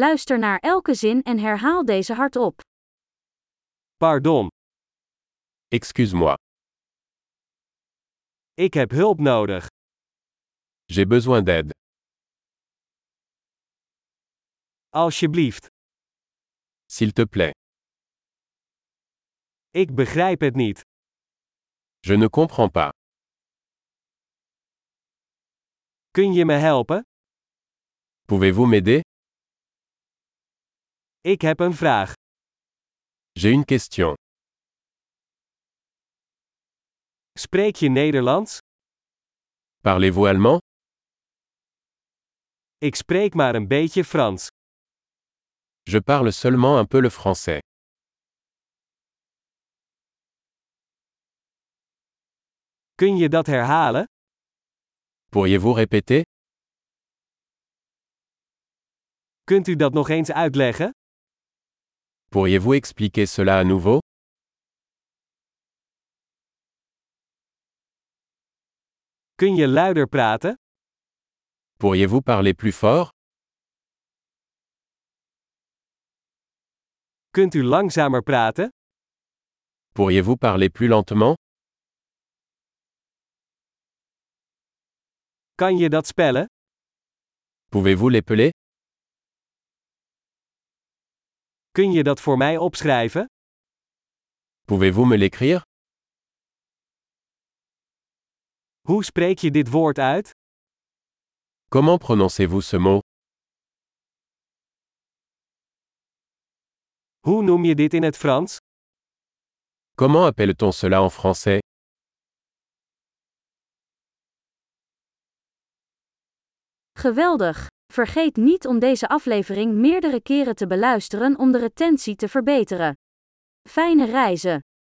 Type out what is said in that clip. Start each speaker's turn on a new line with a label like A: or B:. A: Luister naar elke zin en herhaal deze hardop.
B: Pardon,
C: Excuse-moi,
B: ik heb hulp nodig.
C: j'ai besoin d'aide.
B: Alsjeblieft,
C: S'il te plaît,
B: ik begrijp het niet.
C: je ne comprends pas.
B: Kun je me helpen?
C: Pouvez-vous m'aider
B: Ik heb een vraag.
C: J'ai une question.
B: Spreek je Nederlands?
C: Parlez-vous allemand
B: Ik spreek maar een beetje Frans.
C: Je parle seulement un peu le français.
B: Kun je dat herhalen?
C: Pourriez-vous répéter
B: Kunt u dat nog eens uitleggen?
C: Pourriez-vous expliquer cela à nouveau
B: Kun je luider praten?
C: Pourriez-vous parler plus fort
B: Kunt u langzamer praten?
C: Pourriez-vous parler plus lentement
B: Kan je dat spellen?
C: Pouvez-vous l'épeler
B: Kun je dat voor mij opschrijven?
C: Pouvez-vous me l'écrire
B: Hoe spreek je dit woord uit?
C: Comment prononcez-vous ce mot
B: Hoe noem je dit in het Frans?
C: Comment appelle-t-on cela en français
A: Geweldig! Vergeet niet om deze aflevering meerdere keren te beluisteren om de retentie te verbeteren. Fijne reizen!